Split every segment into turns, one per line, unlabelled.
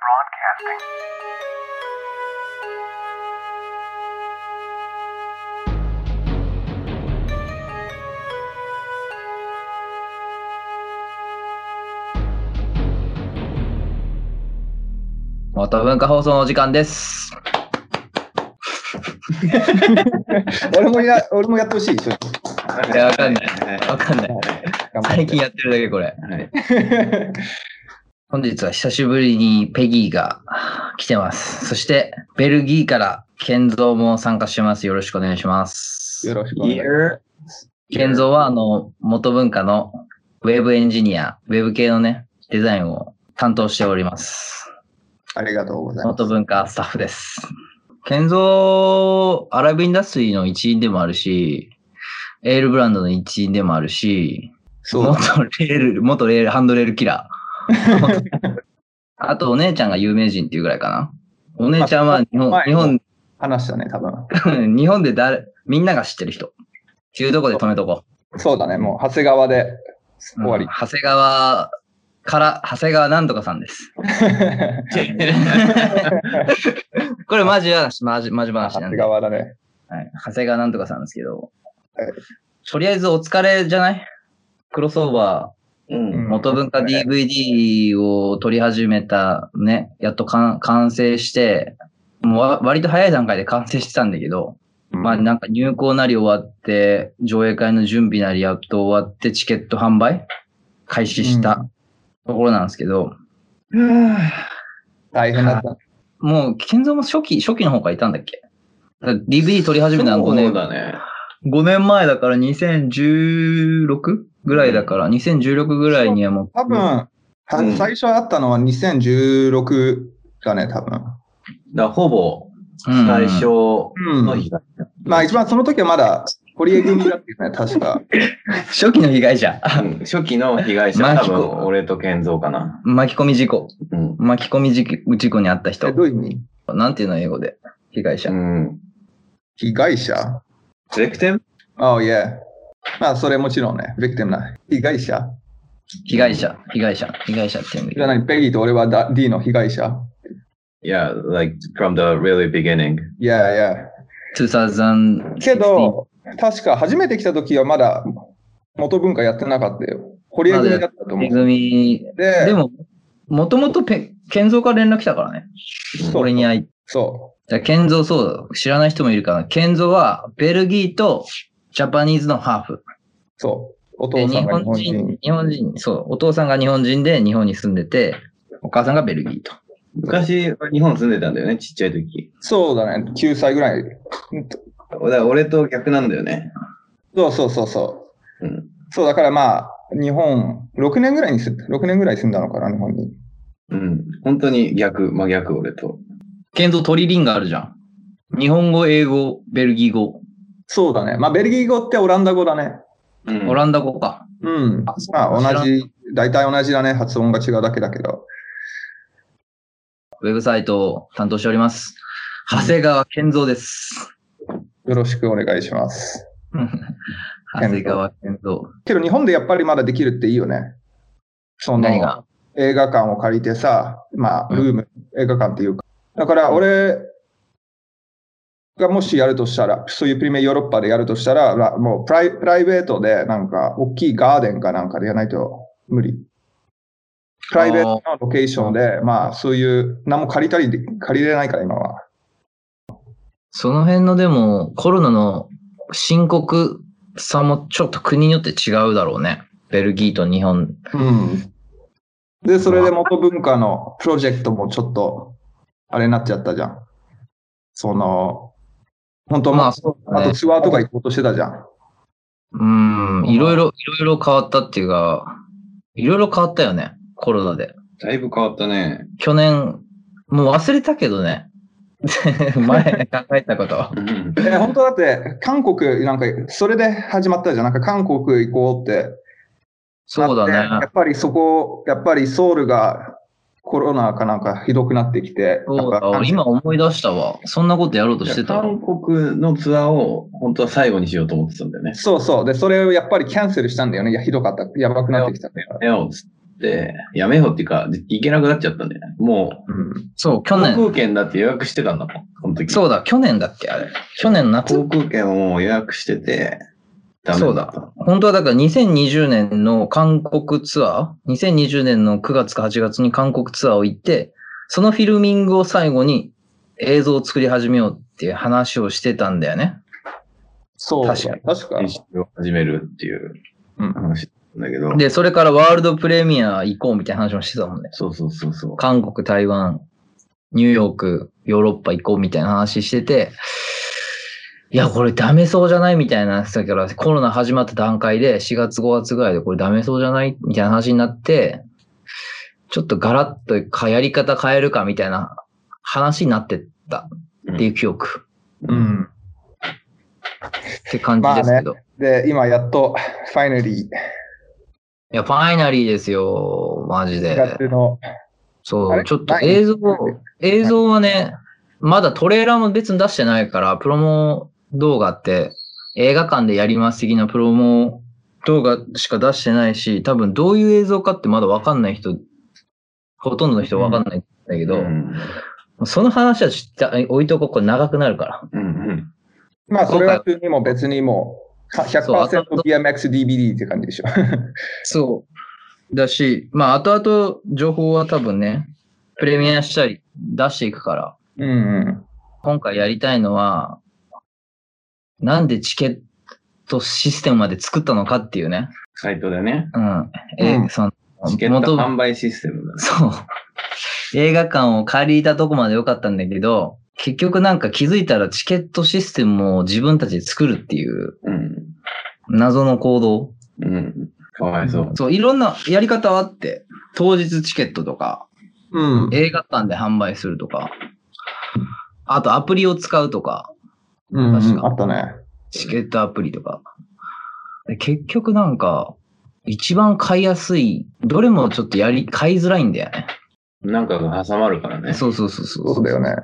Podcasting.
「元文化放送」のお時間です。
俺もや、俺もやってほしい。ちょっと
いや、わかんない。わかんない。
頑張
最
って
近やってるだけ、これ。
はい。
本日は久しぶりにペギーがはあ来てます。そして、ベルギーから、ケンゾーも参加します。よろしくお願いします。
よろしくお願いします。
ケンゾーは、あの、元文化のウェブエンジニア、ウェブ系のね、デザインを担当しております。
ありがとうございます。
元文化スタッフです。健三、アラビインダストリーの一員でもあるし、エールブランドの一員でもあるし、
そうだ。
元レール、元レール、ハンドレールキラー。 あと、お姉ちゃんが有名人っていうぐらいかな。お姉ちゃんは日本、
あ
日本、
話したね、多分。
日本 で誰、みんなが知ってる人。っていうとこで止めとこ
そうだね、もう、長谷川で
う。
終わり
うん。長谷川から、長谷川なんとかさん です。これマジ話、マジ、マジ話
長
なん
谷
で。
川だね。
はい、長谷川なんとかさんですけど、
はい
とりあえずお疲れじゃないクロスオーバ
う
ー、
ん
元文化
そうね
DVD を撮り始めたね、やっとかん完成して、もうわ割と早い段階で完成してたんだけど、まあなんか入校なり終わって、上映会の準備なりやっと終わって、チケット販売開始したところなんですけど、
大変だった。
もう、健三も初期、初期の方からいたんだっけだから ?DVD 撮り始めたの5年
そうだね。
5年前だから 2016? ぐらいだから、2016ぐらいにはもう、
多分、は
うん
最初あったのは2016だね、多分。
だからほぼ、
うん
最初の
うん
日が、
まあ、一番その時はまだ、堀江組だったよね、確か。
初期の被害者、
うん初期の被害者、
マ
多
ジか
分俺と健三かな。
巻き込み事故、
うん。
巻き込み事故事故にあった
え
人
ど、ういう意味
なんていうの英語で、被害者。
うん。
被害者
セレクテン
ああ、いえ。まあ、それもちろんね、ビクティムな。被害者
被害者、被害者、被害者っていうんだけ
じゃあ
ど。
何、ペギーと俺はだ D の被害者
Yeah, like from the really beginning.
いやいや。
2000
け、ど、確か初めて来た時はまだ元文化やってなかったよ。堀江組だったと思
め
う。
ぐみ、
で、
でも、もともとペ、健三から連絡来たからね。
そう
俺に会い。
そ
じゃあ、健三そうだ。知らない人もいるから、健三はベルギーとジャパニーズのハーフ。
う、そう。お
で
父
日
さんが
本
日本
人
人。、
日本人、そう、お父さんが日本人で日本に住んでて、お母さんがベルギーと。
昔、日本住んでたんだよね、ちっちゃい時。
そうだね、9歳ぐらい。
だから俺と逆なんだよね。
そうそうそうそ
うん。
う。そう、だからまあ、日本、6年ぐらいに住んだ、6年ぐらい住んだのかな、日本に。
うん。本当に逆、真逆俺と。
ケンゾトリリンがあるじゃん。日本語、英語、ベルギー語、
そうだね。まあ、ベルギー語ってオランダ語だね。
うん
オランダ語か。
うん。
あそう
まあ、同
知
じ、大体同じだね。発音が違うだけだけど。
ウェブサイトを担当しております。長谷川健三です。
よろしくお願いします。
長谷川健三。
けど日本でやっぱりまだできるっていいよね。その
何が
映画館を借りてさ、まあ、
うん
ルーム、映画館っていうか。だから俺がもしやるとしたら、そういうプリメヨーロッパでやるとしたら、まあもうプライプライベートでなんか大きいガーデンかなんかでやらないと無理。プライベートのロケーションで、まあそういう、何も借りたりで、借りれないから今は。
その辺のでも、コロナの深刻さもちょっと国によって違うだろうね。ベルギーと日本。
うん。で、それで元文化のプロジェクトもちょっと、あれになっちゃったじゃん。その、本当
ま
ま
あ、
あ、
そう
あ
だね
と。ツアーとか行こうとしてたじゃん。
うん、いろいろ、いろいろ変わったっていうか、いろいろ変わったよね、コロナで。
だいぶ変わったね。
去年、もう忘れたけどね。 前考えたこと。
うん
え、本当だって、韓国、なんか、それで始まったじゃん。なんか、韓国行こうって
そうだ
なって
ね
や。っぱりそこ、やっぱりソウルがコロナかなんかひどくなってきて。
そう
やっぱ
だ、今思い出したわ。そんなことやろうとしてたわ。
韓国のツアーを本当は最後にしようと思ってたんだよね。
そうそう。で、それをやっぱりキャンセルしたんだよね。いや、ひどかった。やばくなってきたから。
えよっつっって、やめようっていうか、行けなくなっちゃったんだよね。も
うん。
そう、
う、
去
航
年。
空券だって予約してたんだもん、その時。
そうだ、去年だっけあれ。去年夏
航空券をもう予約してて、ダメだった。
そ本当はだから2020年の韓国ツアー ?2020 年の9月か8月に韓国ツアーを行って、そのフィルミングを最後に映像を作り始めようっていう話をしてたんだよね。
そう。
確かに
確か
練習を始めるっていう
うん
話なんだけど。
で、それからワールドプレミア行こうみたいな話もしてたもんね。
そうそうそうそう。
韓国、台湾、ニューヨーク、ヨーロッパ行こうみたいな話してて、いや、これダメそうじゃないみたいな話だから、コロナ始まった段階で、4月5月ぐらいでこれダメそうじゃないみたいな話になって、ちょっとガラッとかやり方変えるかみたいな話になってったっていう記憶
うん。
って感じですけど。
で、今やっと、ファイナリー、
いや、ファイナリーですよ、マジで。
4月の、
そ
あ
う、
れ
ちょっと
ない
映像、映像はね、まだトレーラーも別に出してないから、プロモ動画って映画館でやります的なプロモ動画しか出してないし、多分どういう映像かってまだわかんない人、ほとんどの人わかんないんだけ
う
ど、
ん。
その話はちょっと置いとこう、これ長くなるから。
うん。
まあ、それは普通にも別にもう、
そうあと
100%BMXDBD って感じでしょ。
そう。だし、まあ、後々情報は多分ね、プレミアしたり出していくから、
うんうん。
今回やりたいのは、なんでチケットシステムまで作ったのかっていうね。
サイトでね。
うん。え
うん
その、
チケット
元
販売システムだね。
そう。映画館を借りたとこまで良かったんだけど、結局なんか気づいたらチケットシステムを自分たちで作るっていう
うん。
謎の行動。
うん。かわいそう。
そう、いろんなやり方はあって、当日チケットとか、
うん。
映画館で販売するとか、あとアプリを使うとか、
うん
確
うん、
か
あったね。
チケットアプリとか。で結局なんか、一番買いやすい、どれもちょっとやり、買いづらいんだよね。
なんかが挟まるからね。
そうそうそうそう。
そうだよね。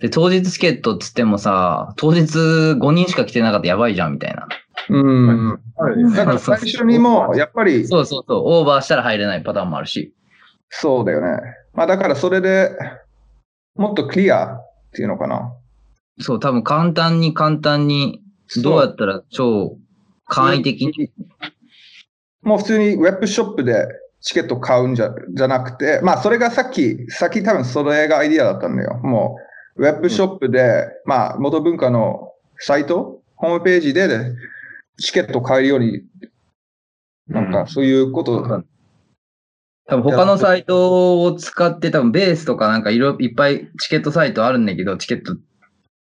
で、当日チケットっつってもさ、当日5人しか来てなかったらやばいじゃんみたいな。
うん。
ある
だから最初にもう、やっぱり、
そうそうそう、オーバーしたら入れないパターンもあるし。
そうだよね。まあ、だからそれでもっとクリアっていうのかな。
そう、多分簡単に簡単に、どうやったら超簡易的に。
もう普通にウェブショップでチケット買うんじゃじゃなくて、まあそれがさっき、さっき多分それがアイディアだったんだよ。もうウェブショップで、まあ元文化のサイト、ホームページで、チケット買えるように、なんかそういうこと、
多分他のサイトを使って、多分ベースとかなんかいろいっぱいチケットサイトあるんだけど、チケット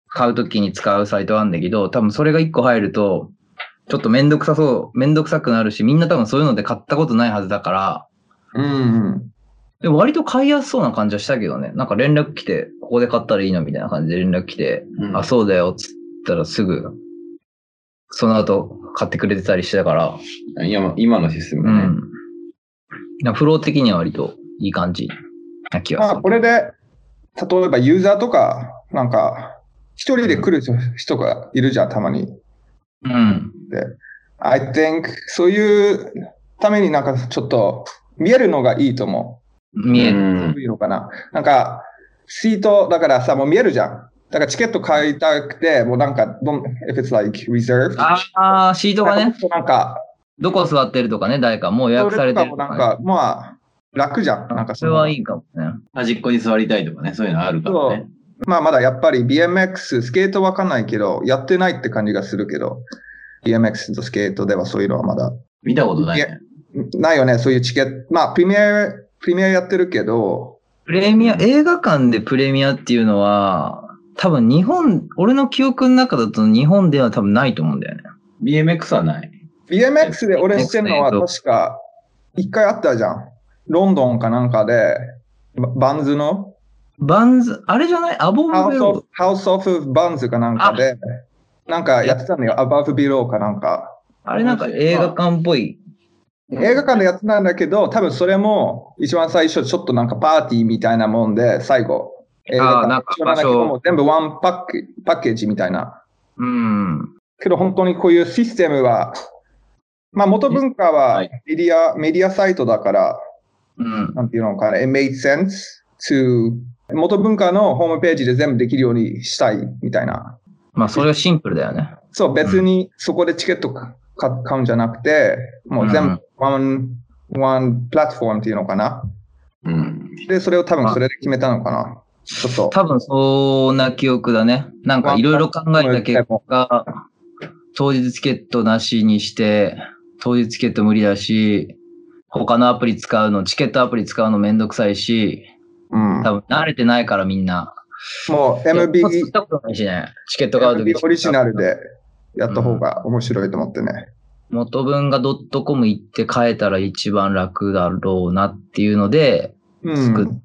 買うときに使うサイトあるんだけど、多分それが1個入ると、ちょっとめんどくさそう、めんどくさくなるし、みんな多分そういうので買ったことないはずだから、
うん、
でも割と買いやすそうな感じはしたけどね。なんか連絡来て、ここで買ったらいいのみたいな感じで連絡来て、
うん
あ、そうだよ、つったらすぐ、その後買ってくれてたりしてたから、
今今のシステム
う
だね。
ん。なんかフロー的には割といい感じな気がす
まあ
る。
これで、例えばユーザーとか、なんか一人で来る人がいるじゃん、たまに。
うん。
I think そういうためになんかちょっと見えるのがいいと思
見える。
う。いいのかな。なんかシートだからさ、もう見えるじゃん。だからチケット買いたくて、もうなんか、どん if it's like reserved.
ああ、シートがね、
なんか、
どこ座ってるとかね、誰かもう予約されてる
それと
と
かも
か、
な
ね。
んか、まあ、楽じゃん。なんか
それはい
い。
いかもね。
端っこに座りたいとかね、そういうのあるからね。
まあまだやっぱり BMX、スケートわかんないけど、やってないって感じがするけど、BMX とスケートではそういうのはまだ
見たことないね。
ないよね。そういうチケット。まあ、プレミア、プレミアやってるけど、
プレミア、映画館でプレミアっていうのは、多分日本、俺の記憶の中だと日本では多分ないと思うんだよね。
BMX はない。
BMX で俺してるのは確か、一回あったじゃん。ロンドンかなんかで、ババンズの、
バンズ、あれじゃないアボンベロード。
House of バンズかなんかで、なんかやってたのよ。Above Below かなんか。
あれなんか映画館っぽい。
映画館でやってたんだけど、多分それも一番最初ちょっとなんかパーティーみたいなもんで、最後、映
あーなんか
一緒なんだけ
場所
ど、もう全部ワンパックパッケージみたいな。
うん。
けど本当にこういうシステムは、まあ、元文化は
はい
メディア、メディアサイトだから、
うん。
なんていうのかな、it made sense to 元文化のホームページで全部できるようにしたいみたいな。
まあ、それはシンプルだよね。
そう、別にそこでチケットかか買うんじゃなくて、もう全部 one, one platform っていうのかな。
うん。
で、それを多分それで決めたのかな。ちょっと。
多分、そうな記憶だね。なんか、いろいろ考えた結果、当日チケットなしにして、当日チケット無理だし、他のアプリ使うの、チケットアプリ使うのめんどくさいし、
うん。
多分慣れてないからみんな。
もう
い
MB
や使ったことないしね。チケット買うと
MB
き。
オリジナルでやった方が面白いと思ってね。
元文が .com 行って変えたら一番楽だろうなっていうので、
う
作っ
ん。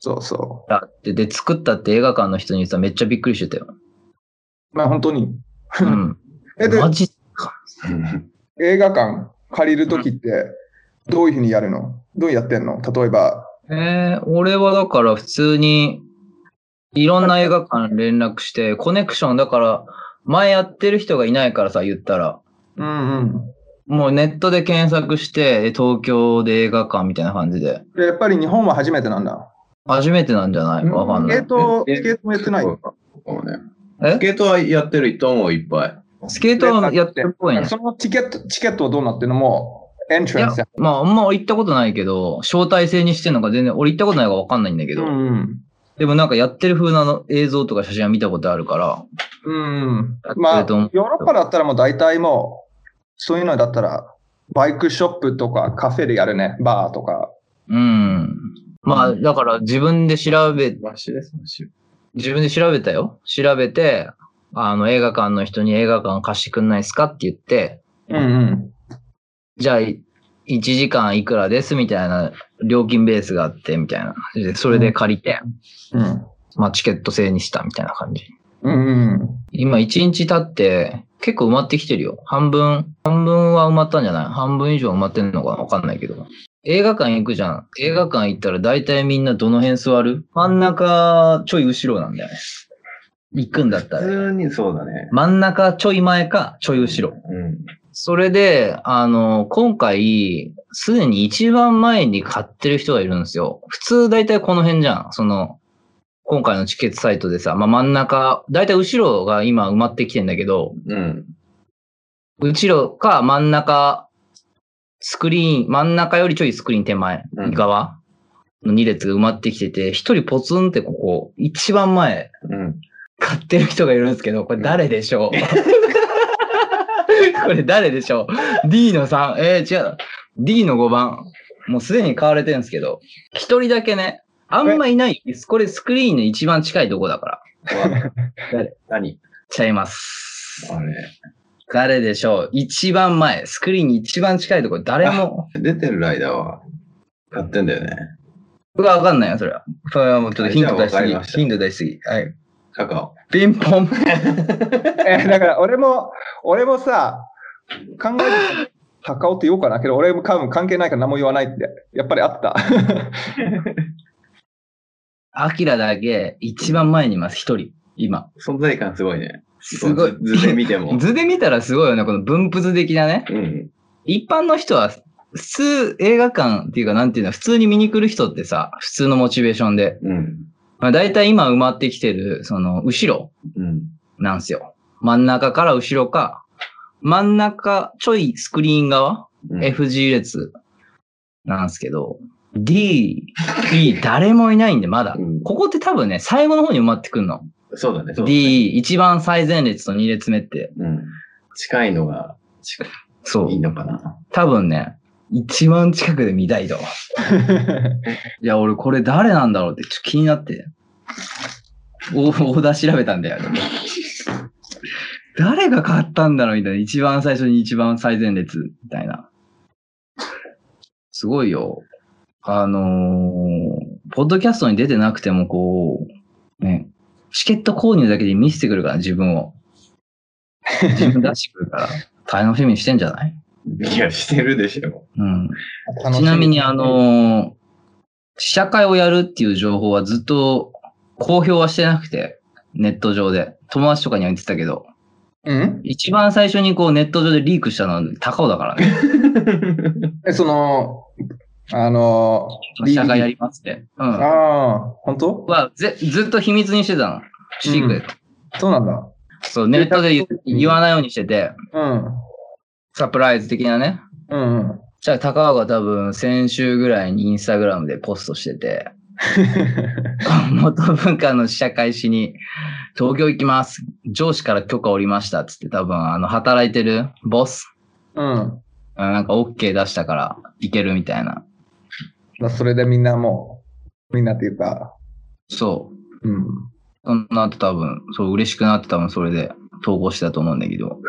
そうそ
たって、で、作ったって映画館の人に言ったらめっちゃびっくりしてた よ。
う。まあ本当に。
うん。
え、で、
マジ
映画館借りるときって、どういうふうにやるのどうやってんの例えば。
えー俺はだから普通に、いろんな映画館連絡して、コネクションだから、前やってる人がいないからさ、言ったら。
うんうん。
もうネットで検索して、え東京で映画館みたいな感じで。
でやっぱり日本は初めてなんだ。
初めてなんじゃないわかんな
え
い
っ。と
え
スケートもやってない
そうかそうね
え
スケートはやってる人もいっぱい。
スケートはやってるっぽいね。
そのチケット、チケットはどうなってんのもう、エント
い
ラ
や
ンスや。、
まあ、あんま行ったことないけど、招待制にしてんのか全然、俺行ったことないからわかんないんだけ
う
ど、
んうん。
でもなんかやってる風なの映像とか写真は見たことあるから、
うん。
え
まあ、ヨ
っと
ーロッパだったらもう大体もう、そういうのだったら、バイクショップとかカフェでやるね。バーとか。
うん。まあ、だから自分で調べ、
マシです、マシ。
自分で調べたよ。調べて、あの、映画館の人に映画館貸してくんないですかって言って、
うんうん。
じゃあ、い1時間いくらですみたいな、料金ベースがあって、みたいな。でそれで借りて、
うん。
まあ、チケット制にしたみたいな感じ。
うんうん。
今1日経って結構埋まってきてるよ。半分、半分は埋まったんじゃない半分以上埋まってんのかなわかんないけど。映画館行くじゃん。映画館行ったら大体みんなどの辺座る真ん中ちょい後ろなんだよね。行くんだった
普
ら。
通にそうだね。
真ん中ちょい前かちょい後ろ。
うん。
それで、あの、今回、すでに一番前に買ってる人がいるんですよ。普通大体この辺じゃん。その、今回のチケットサイトでさ、まあ、真ん中、大体後ろが今埋まってきてんだけど、
うん。
後ろか真ん中、スクリーン、真ん中よりちょいスクリーン手前
うん
側の2列が埋まってきてて、一人ポツンってここ、一番前、
うん。
買ってる人がいるんですけど、これ誰でしょう これ誰でしょう ?D の3、えー、違う。D の5番。もうすでに買われてるんですけど、一人だけね、あんまいない。これスクリーンの一番近いとこだから。誰
何
ちゃいます。
あれ。
誰でしょう一番前、スクリーンに一番近いところ、誰も、
出てる間は、買ってんだよね。
うわ、わかんないよ、それは。それはもうちょっとヒント出しす
じ
ぎ
ゃあわかりま。した
ヒント出しすぎ。はい。
カカオ。
ピンポン。
えだから俺も、俺もさ、考えて、高尾って言おうかなけど、俺も多分関係ないから何も言わないって。やっぱりあった。
アキラだけ、一番前にいます、一人。今。
存在感すごいね。
すごい。
図図で見ても。
図で見たらすごいよね、この分布図的なね。
うん。
一般の人は、普通、映画館っていうか、なんていうの、普通に見に来る人ってさ、普通のモチベーションで。
うん。
まあ、大体今埋まってきてる、その、後ろ。
うん。
なんですよ。真ん中から後ろか、真ん中ちょいスクリーン側、
うん
FG 列なんですけど、D、E、誰もいないんでまだ
う。ん
ここって多分ね、最後の方に埋まってくんの。
そうだね。そうだね
D、一番最前列と2列目って。
うん。近いのが近い
そう
いい。のかな。
多分ね、一番近くで見たいと。いや、俺これ誰なんだろうってちょっと気になって。オーオーダー調べたんだよね。誰が買ったんだろうみたいな。一番最初に一番最前列みたいな。すごいよ。あのーポッドキャストに出てなくてもこう、ね、チケット購入だけで見せてくるから、自分を。自分出してくるから。楽しみにしてんじゃない
いや、してるでしょ。
うん。 ちなみに、あ、のー試写会をやるっていう情報はずっと公表はしてなくて、ネット上で。友達とかには言ってたけど、
うん
一番最初にこうネット上でリークしたのは高尾だからね。
え、その、あの、 リー
社会やりますって。うん。
ああ、本当
はぜ、ずっと秘密にしてたの。シークレット。
そうなんだ。
そう、ネットで言言わないようにしてて、
うん。
サプライズ的なね。
うんうん。
じゃあ、高尾が多分先週ぐらいにインスタグラムでポストしてて、元文化の試写会しに、東京行きます。上司から許可おりました。つって多分、あの、働いてるボス、
うん。
うんなんか OK 出したから行けるみたいな。
だそれでみんなもう、みんなっていうか、
そう。
うん。
そんなって多分、そう、嬉しくなって多分それで投稿してたと思うんだけ ど。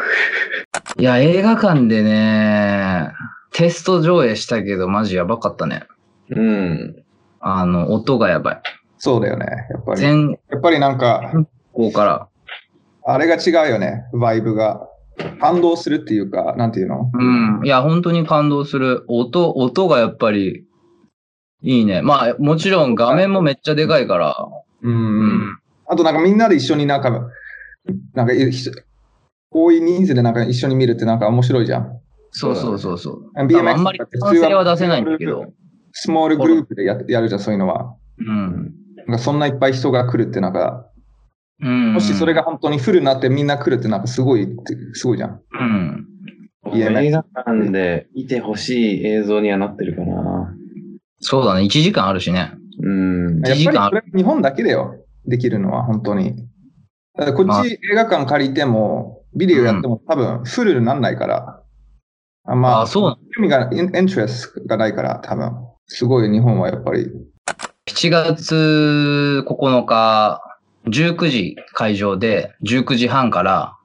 いや、映画館でね、テスト上映したけど、マジやばかったね。
うん。
あの、音がやばい。
そうだよね。やっぱり。や
全
っぱりなんか、
校から。
あれが違うよね。バイブが。感動するっていうか、なんていうの
うん。いや、本当に感動する。音、音がやっぱり、いいね。まあ、もちろん画面もめっちゃでかいから。
うん
う
うん。。あとなんかみんなで一緒になんか、なんかい、ひ多い人数でなんか一緒に見るってなんか面白いじゃん。
そうそうそうそう。
あ
あ
BMX
んまり完成は出せないんだけど。
スモールグループでややるじゃん、そういうのは。
うん。
なんかそんないっぱい人が来るってなんか、
うん。
もしそれが本当にフルになってみんな来るってなんかすごいって、すごいじゃん。
うん。
いや映画館で見てほしい映像にはなってるかな。
そうだね。1時間あるしね。
うん。
一時間
やっぱりそれ日本だけだよ、できるのは、本当に。だからこ
ま
っ
あ
ち映画館借りても、ビデオやっても多分フルになんないから。あま
あ
あ、
あ、そう
興味が、インエントレスがないから、多分。すごい日本はやっぱり。
7月9日、19時会場で、19時半から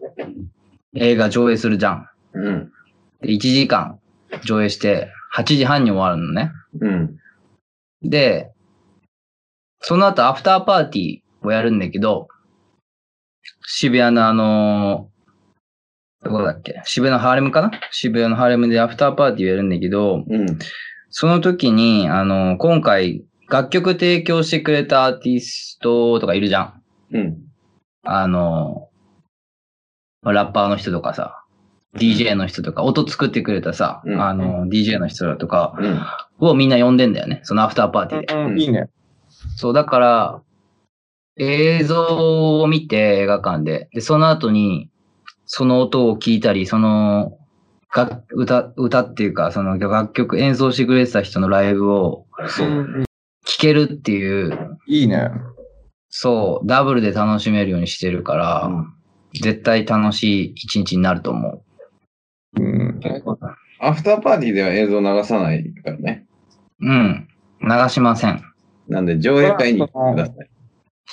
映画上映するじゃん。
うん。
で1時間上映して、8時半に終わるのね。
うん。
で、その後アフターパーティーをやるんだけど、渋谷のあのどこだっけ渋谷のハーレムかな渋谷のハーレムでアフターパーティーをやるんだけど、
うん。
その時に、あの、今回、楽曲提供してくれたアーティストとかいるじゃん。
うん。
あの、ラッパーの人とかさ、DJ の人とか、音作ってくれたさ、
うん
あの、DJ の人だとか
うん。
をみんな呼んでんだよね。そのアフターパーティーで。
ん
いいね。
そう、だから、映像を見て映画館で、で、その後に、その音を聞いたり、その、楽歌、歌っていうか、その楽曲演奏してくれてた人のライブを
そう。
聞けるっていう、
いいね。
そう、ダブルで楽しめるようにしてるから、絶対楽しい一日になると思
うん。
アフターパーティーでは映像流さないからね。
う。うん。流しません。
なんで、上映会に来てください。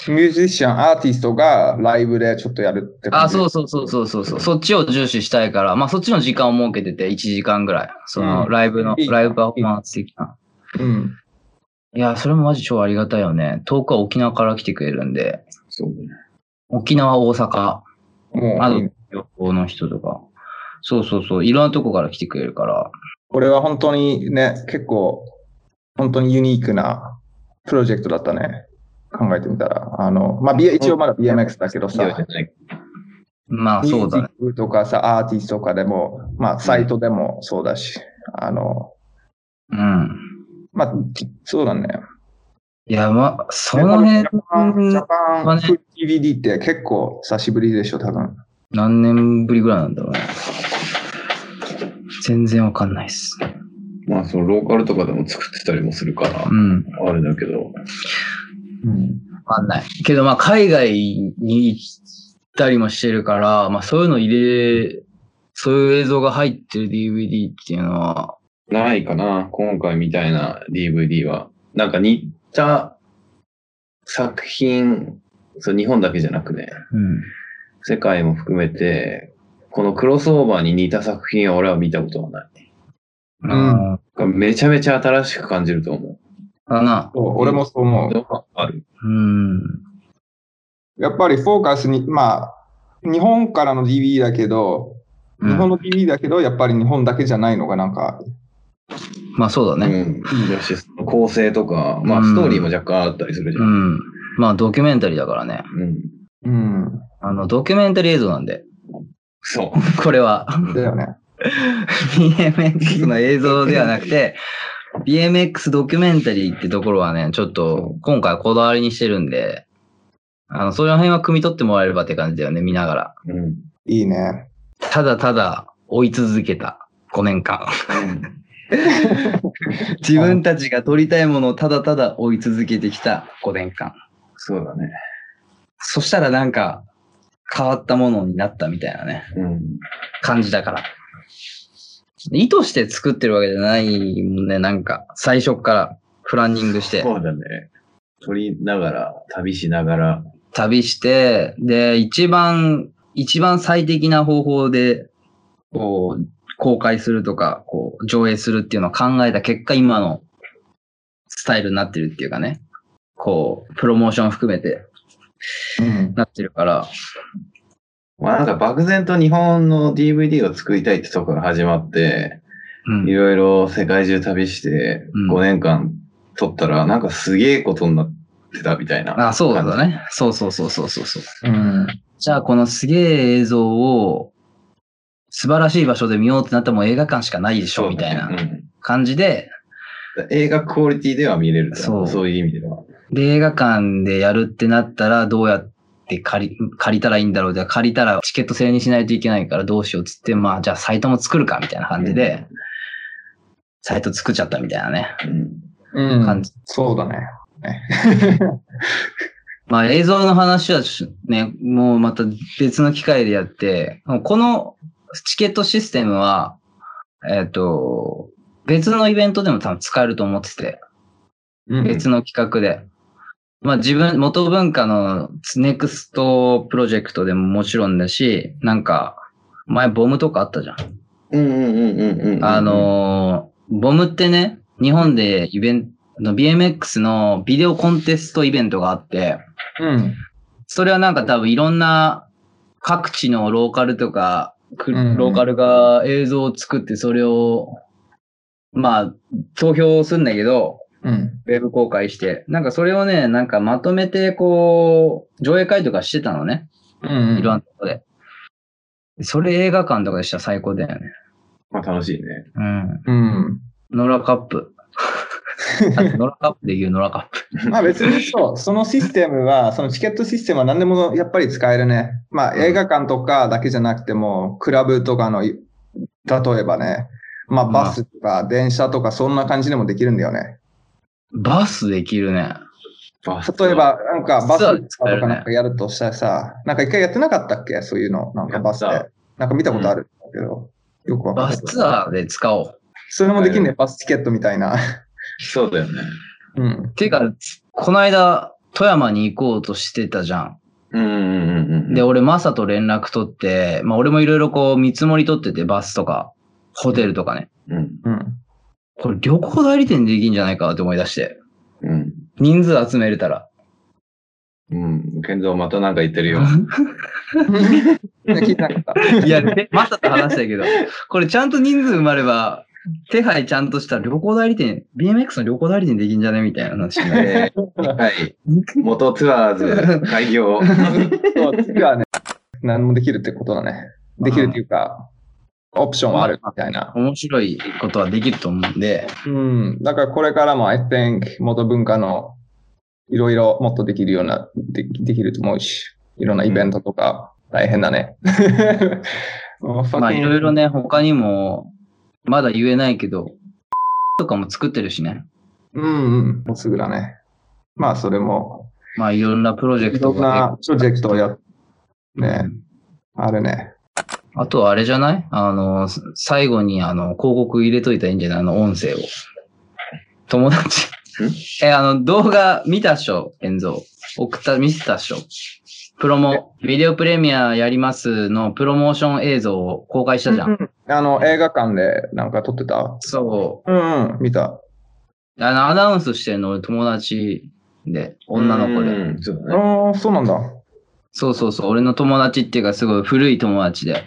ミュージシャン、アーティストがライブでちょっとやるって感
あ、
じ。
そうそうそうそうそうそう。そっちを重視したいから、まあそっちの時間を設けてて、1時間ぐらい。そうの
ん
ライブの、
いい
ライブパフォーマンス的な。
う。うん。
いや、それもマジ超ありがたいよね。遠くは沖縄から来てくれるんで、
そうね。
沖縄、大阪、
も
あ
う
の
いいね、
旅行の人とか。そうそうそう。いろんなとこから来てくれるから。
これは本当にね、結構、本当にユニークなプロジェクトだったね。考えてみたら。あの、まあ、B- 一応まだ BMX だけどさ
いい。よじゃない
まあ
ミ
そう
ュージ
だね
ッ。クとかさ、アーティストとかでも、まあ、サイトでもそうだし、あの、
うん。
まあ、そうだね。
いや、まあ、その辺
ジ、ャパン、ジャパ
まあ
ン、
ね
DVD って結構久しぶりでしょ、多分。
何年ぶりぐらいなんだろうね。全然わかんないっす。
まあ、そのローカルとかでも作ってたりもするから
う、ん。
あれだけど。
うん。
わかんない。けど、まあ、海外に行ったりもしてるから、まあ、そういうの入れ、そういう映像が入ってる DVD っていうのは、
ないかな、今回みたいな DVD は。なんか似た作品、そう日本だけじゃなくね、
うん。
世界も含めて、このクロスオーバーに似た作品は俺は見たことはない。
ん
あ
めちゃめちゃ新しく感じると思
ーだな。
そう俺もそう思
う。ど
う。
うかある。
うん。
やっぱりフォーカスに、まあ、日本からの DVD だけど、
うん
日本の DVD だけど、やっぱり日本だけじゃないのがなんか、
まあ、そうだね。
うん。だし、その構成とか、まあ、
うん
ストーリーも若干あったりするじゃ。
うんん。まあ、ドキュメンタリーだからね。
うん。
うん。
あの、ドキュメンタリー映像なんで。
そう。
これは。
だよね。
BMX の映像ではなくて、BMX ドキュメンタリーってところはね、ちょっと今回こだわりにしてるんで、あの、その辺は汲み取ってもらえればって感じだよね、見ながら。
うん。
いいね。
ただただ追い続けた5年間。 自分たちが撮りたいものをただただ追い続けてきた5年間。
そうだね。
そしたらなんか変わったものになったみたいなね、
うん。
感じだから。意図して作ってるわけじゃないもんね、なんか最初っからプランニングして。
そうだね。撮りながら、旅しながら。
旅して、で、一番、一番最適な方法で、こう、公開するとか、こう、上映するっていうのを考えた結果、今のスタイルになってるっていうかね、こう、プロモーション含めて
うん。
なってるから、
まあなんか漠然と日本の DVD を作りたいってとこが始まって、
うん
いろいろ世界中旅して
うん、
5年間撮ったら、なんかすげえことになってたみたいな。
あ、そうだね。そうそうそうそうそうそう。
うん。
じゃあ、このすげえ映像を、素晴らしい場所で見ようってなっても映画館しかないでし
そ
ょ、
う
みたい
だね
な
うん
感じで、
映画クオリティでは見れると
そう
そういう意味では。
で、映画館でやるってなったら、どうやって借り、借りたらいいんだろう。じゃあ借りたらチケット制にしないといけないからどうしようっつって、まあ、じゃあサイトも作るかみたいな感じで、サイト作っちゃったみたいなね。
うん
うん
感じ
そうだね。
まあ、映像の話はしね、もうまた別の機会でやって、このチケットシステムは、えっ、と、別のイベントでも多分使えると思ってて。
うん
別の企画で。まあ自分、元文化のネクストプロジェクトでももちろんだし、なんか、前ボムとかあったじゃん。
うんうんうんうんうんうん。
あ、のーボムってね、日本でイベント、あの BMX のビデオコンテストイベントがあって、
うん。
それはなんか多分いろんな各地のローカルとか、く
うん
ローカルが映像を作ってそれを、まあ、投票するんだけど、
うん。
ウェブ公開して、なんかそれをね、なんかまとめて、こう、上映会とかしてたのね。
うん。
いろんなとこで。それ映画館とかでしたら最高だよね。
まあ楽しいね。
うん。
うん。
ノラカップ。あとノラカップで言うノラカップ。
まあ別 にそう、そのシステムは、そのチケットシステムは何でもやっぱり使えるね。まあ映画館とかだけじゃなくても、クラブとかのい、例えばね、まあバスとか電車とかそんな感じでもできるんだよね。
バスできるね。
バス
例え、ばなんかバス
ツアーで
と
使えるね
かなんかやるとしたらさ、なんか一回やってなかったっけそういうの。なんかバスで
やった。
なんか見たことあるんだけど、よくわかん
バ
ない
ス。ツアーで使おう。
それもできるね、バスチケットみたいな。
そうだよね。
うん。
ていうか、この間、富山に行こうとしてたじゃん。
うんうんうんうん。
で、、俺、マサと連絡取って、まあ、俺もいろいろこう、見積もり取ってて、バスとか、ホテルとかね。
うん
うん。
これ、旅行代理店できんじゃないかなって思い出して。
うん。
人数集めれたら。
うん。健三またなんか言ってる よ。
聞いてなかった。
いや、でマサと話したけど、これちゃんと人数埋まれば、手配ちゃんとしたら旅行代理店、BMX の旅行代理店できんじゃねみたいな話に なる。
えーはい。元ツアーズ開業。
そう、次はね、何もできるってことだね。できるっていうか、オプションはあるみたいな。
面白いことはできると思うんで、
うん。だからこれからも、I think、元文化の、いろいろもっとできるような、でできると思うし、いろんなイベントとか、大変だね。
まあいろいろ
ね。
ね、他にも、まだ言えないけど、とかも作ってるしね。
うんうん。もうすぐだね。まあ、それも、
まあいろんなプロジェク
い
ト
ろん
が
なプロジェクトをや、
ね、
ね、あるね。
あとはあれじゃないあの、最後にあの、広告入れといたらいいんじゃないあの、音声を。友達。え、あの、動画見たっしょ遠蔵。送った、見せたっしょプロモ、ビデオプレミアやりますのプロモーション映像を公開したじゃん。
うんうんあの、映画館でなんか撮ってた
そ
うんうん、見た。
う。あの、アナウンスしてるの俺友達で、女の子で。
うん。そうだね。
ああ、そうなんだ。
そうそうそう。俺の友達っていうかすごい古い友達で。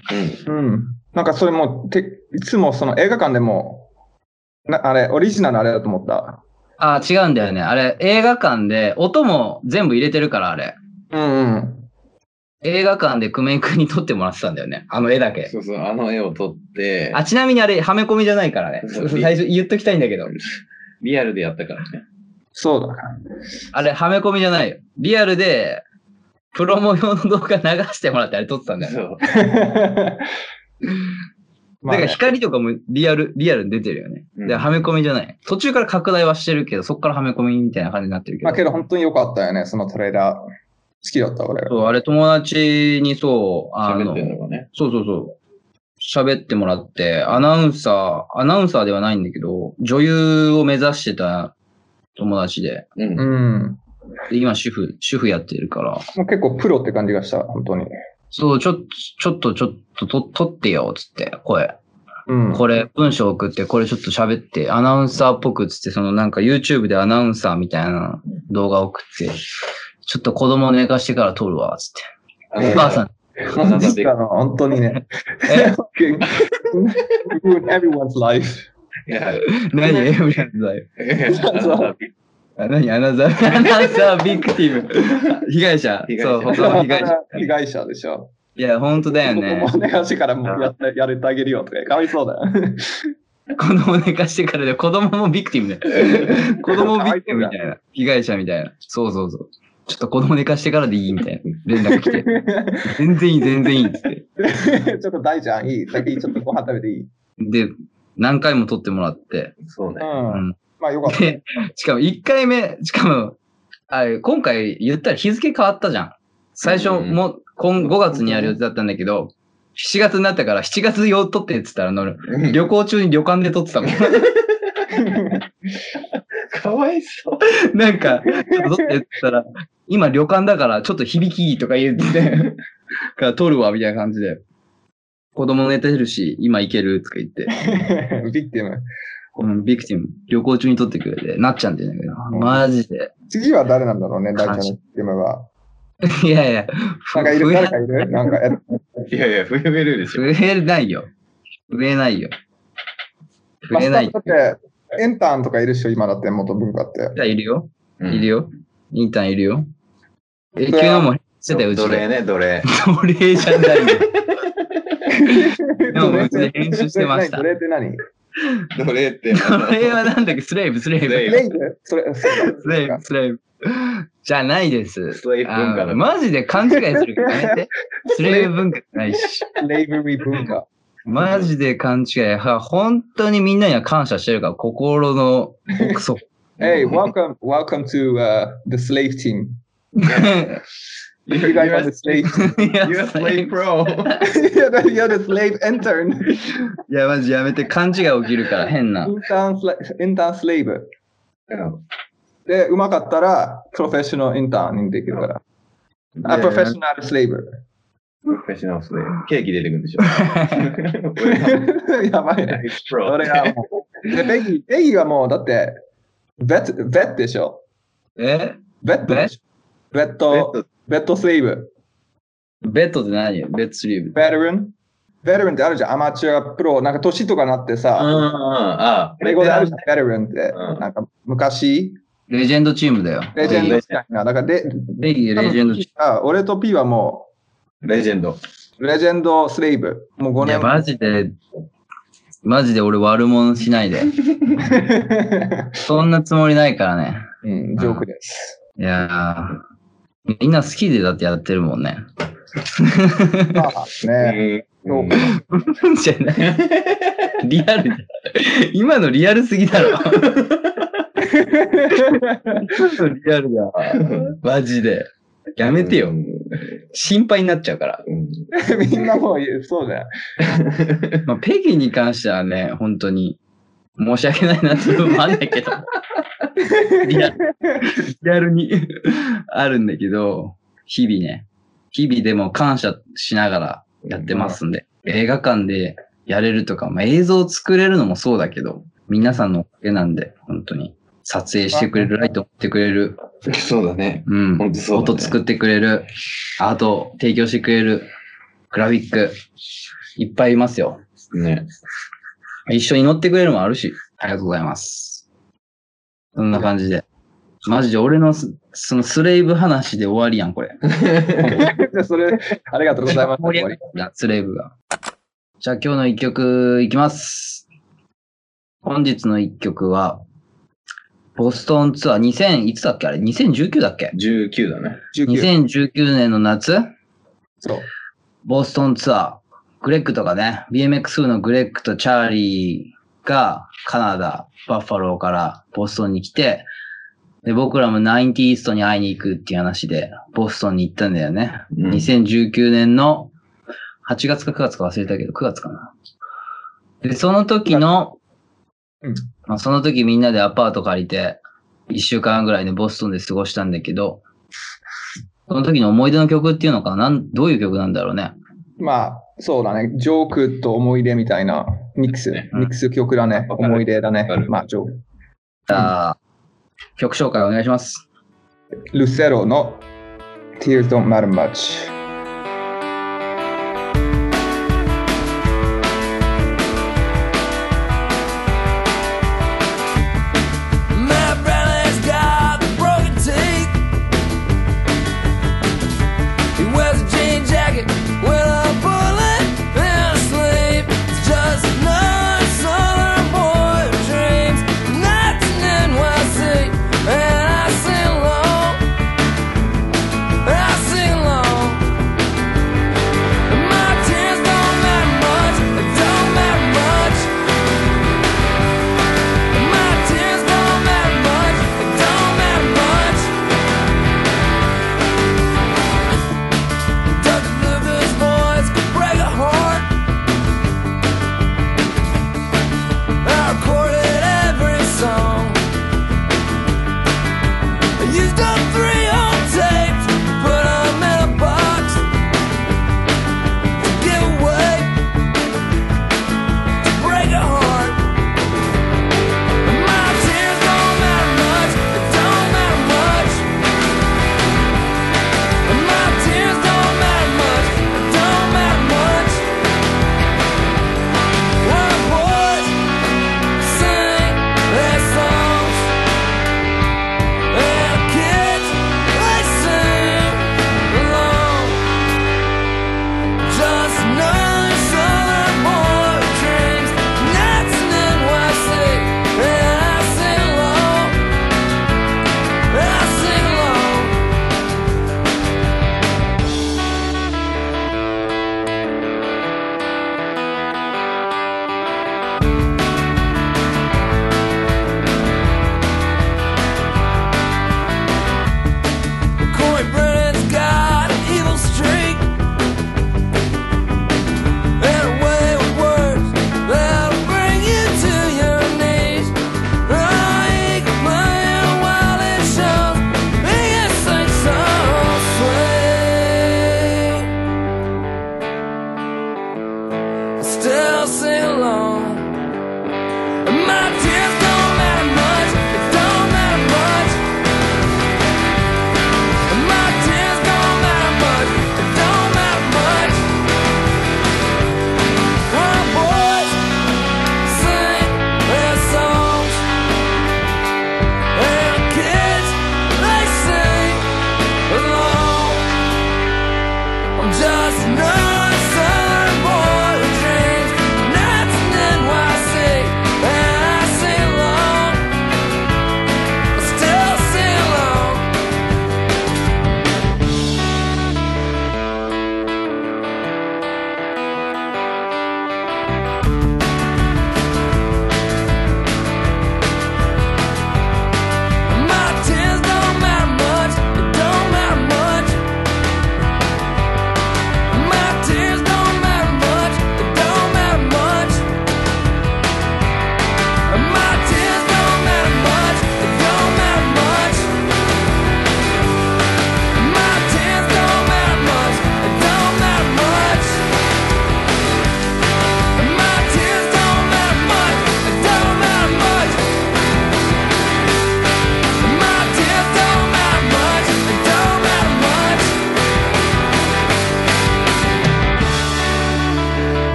うん。なんかそれもて、いつもその映画館でも、なあれ、オリジナルあれだと思った。
あ、違うんだよね。あれ、映画館で音も全部入れてるから、あれ。
うんうん。
映画館で久米君に撮ってもらってたんだよね。あの絵だけ。
そうそう、あの絵を撮って、
あ、ちなみにあれ、はめ込みじゃないからね。
そう
最初言っときたいんだけど。
リアルでやったからね。
そうだな。
あれ、はめ込みじゃないよ。リアルで、プロモ用の動画流してもらってあれ撮ってたんだよね。
そう。
まあ
だから
ね
光とかもリアル、リアルに出てるよね。
うん
で、はめ込みじゃない。途中から拡大はしてるけど、そこからはめ込みみたいな感じになってるけ
ま
ど。
あけど本当に良かったよね、そのトレーラー。好きだった、俺。
そう、あれ友達にそう、あ
喋
の
って、るのがね。
そうそうそう。喋ってもらって、アナウンサー、アナウンサーではないんだけど、女優を目指してた友達で、
うん。
うん。
で今主婦、主婦やってるから、
もう結構プロって感じがした、本当に。
そう、ちょ、ちょっと、ちょっと、と、撮ってよ、つって、声。
うん。
これ、文章送って、これちょっと喋って、アナウンサーっぽく、つって、そのなんか YouTube でアナウンサーみたいな動画送って、ちょっと子供寝かしてから撮るわ、つって。
あ
お母さん、
お母さんで
あの 本当にね。
え
Fucking ruin everyone's life.
いやい
何エブリアンだよ。
やいやあなた
あ何アナザー、 アナザービクティ ブ。被害者。
被害者
そう、他の被害 者。
被害者でしょ。
いや、本当だよね
子。供寝かしてからもうやってやれてあげるよとか、かわいそうだよ。
子供寝かしてからで、子供もビクティブね。 子供もビクティブみたいな。被害者みたいな。そうそうそう。ちょっと子供寝かしてからでいいみたいな。連絡来て。全然いい、全然いいっつって。
ちょっと大ちゃん、いい。先ちょっとご飯食べていい。うん。
で、何回も撮ってもらって。
そうね。
うん
まあよかった。
で、しかも1回目、しかも、あれ今回言ったら日付変わったじゃん。最初
うん
も、今5月にやる予定だったんだけど、7月になったから7月用撮ってって言ったら乗る。 旅行中に旅館で撮って たもん。
かわいそう。
なんか、ちょっと撮ってって言ったら、今旅館だからちょっと響きいいとか言って、から撮るわ、みたいな感じで。子供寝てるし、今行けるとか言って。
ビッティム。
うん、ビクティム、旅行中に撮ってくれて、なっちゃんって言うんだけど、マジで。
次は誰なんだろうね、大ちゃんの
悲しい
ビッティムは。
いやいや、
なんかい
増
る
え
誰かいるなんか、え
いやいや、増えるでしょ。
増えないよ。増えないよ。増
マ
え
スタ
な
ー
い
だ。って、エンターンとかいるっしょ、今だって、元文化って。
じゃいるよ。
うん
いるよ。インターンいるよ。え、
そ
昨
れは
日もしてたよ、う
奴
ち
隷
で。
ね、奴隷。
奴隷じゃないよ。でもうちで編集してました
それって何
奴隷って。
奴隷はなんだっけスレイブ、スレイブ。
ス
ス
レ
レ
イ
イ
ブ
ブ、
レイブそれ、そう
スレイ
か
ブ。じゃないです。
スレイブ文化だ
あーマジで勘違いするからやめて。スレイブ文化じゃないし。
レイブリー文化。
マジで勘違い。は本当にみんなには感謝してるから、心の奥底。
Hey, welcome, welcome to、uh, the slave team. You guys are the slave.
You're a slave pro.
You're the- you're the slave intern.
いや、マジやめて、勘違い起きるから、変な
イ。ンターンスレイインターンスレイブ。で、うまかったら、プロフェッショナルインターンにできるから。あ、
Yeah.
プロフェッショナルスレ イブ。
フェッショナルスレイブ。ケーキ出てくるんで しょ。俺が
やばいね。
slave pro
俺がもう。で、ベギー、ベギーはもう、だって、ベッド、ベッドでしょ。
え
ベッドでしょ。ベッド、ベッドスレイブ。
ベッドって何よベッドスリーブ。
ベテランベテランってあるじゃん。アマチュア、プロ、なんか年とかなっ
う
て
んうん
さ、
うん。あ、
英語であるじゃん、ベテランって。
うん
なんか昔、
レジェンドチームだよ。
レジェンドみたいな。だからで、
ベギー、レジェンドチ
あ俺と P はも
レジェンド。
う、レジェンドスレイブ。もう
ー
5
ム。いや、
年。
マジで、マジで俺悪者しないで。そんなつもりないからね。
うん、ジョークです。
いやー、みんな好きでだってやってるもんね。
まあね、
う
うん
ん
じゃない。リアルだ。今のリアルすぎだ ろ。今のリアルだ。マジで。やめてよ。心配になっちゃうから。
うん
みんなもう、そうだよ。
まあ、ペギーに関してはね、本当に申し訳ないなっていうのもあるんだ けど、リアルリアルに あるんだけど、日々ね、日々でも感謝しながらやってますんで、映画館でやれるとか、まあ、映像を作れるのもそうだけど、皆さんのおかげなんで、本当に。撮影してくれる、ライト持ってくれる、
そうだね。
うん、
本当そうだね
音作ってくれる、アート提供してくれる、グラフィック、いっぱいいますよ。
ね。
一緒に乗ってくれるのもあるし、ありがとうございます。そんな感じで。マジで俺のすそのスレイブ話で終わりやん、これ。
じゃあそれ、ありがとうございます。
盛り上がったスレイブが。じゃあ今日の一曲いきます。本日の一曲は、ボストンツアー2000、いつだっけあれ ?2019 だっけ
19だね。
19。
?2019 年の夏
そう。
ボストンツアー。グレッグとかね、BMX のグレッグとチャーリーがカナダ、バッファローからボストンに来て、で、僕らもナインティーイーストに会いに行くっていう話で、ボストンに行ったんだよね。
うん
2019年の8月か9月か忘れたけど、9月かな。で、その時の、
うん
まあ、その時みんなでアパート借りて、1週間ぐらいね、ボストンで過ごしたんだけど、その時の思い出の曲っていうのかななんどういう曲なんだろうね。
まあ、そうだね。ジョークと思い出みたいなミックス、
ね
ミックス曲だね。
わかる
思い出だね
わか。る
まあ、ジョーク。
じゃあ、曲紹介お願いします。
ルセロの Tears Don't Matter Much。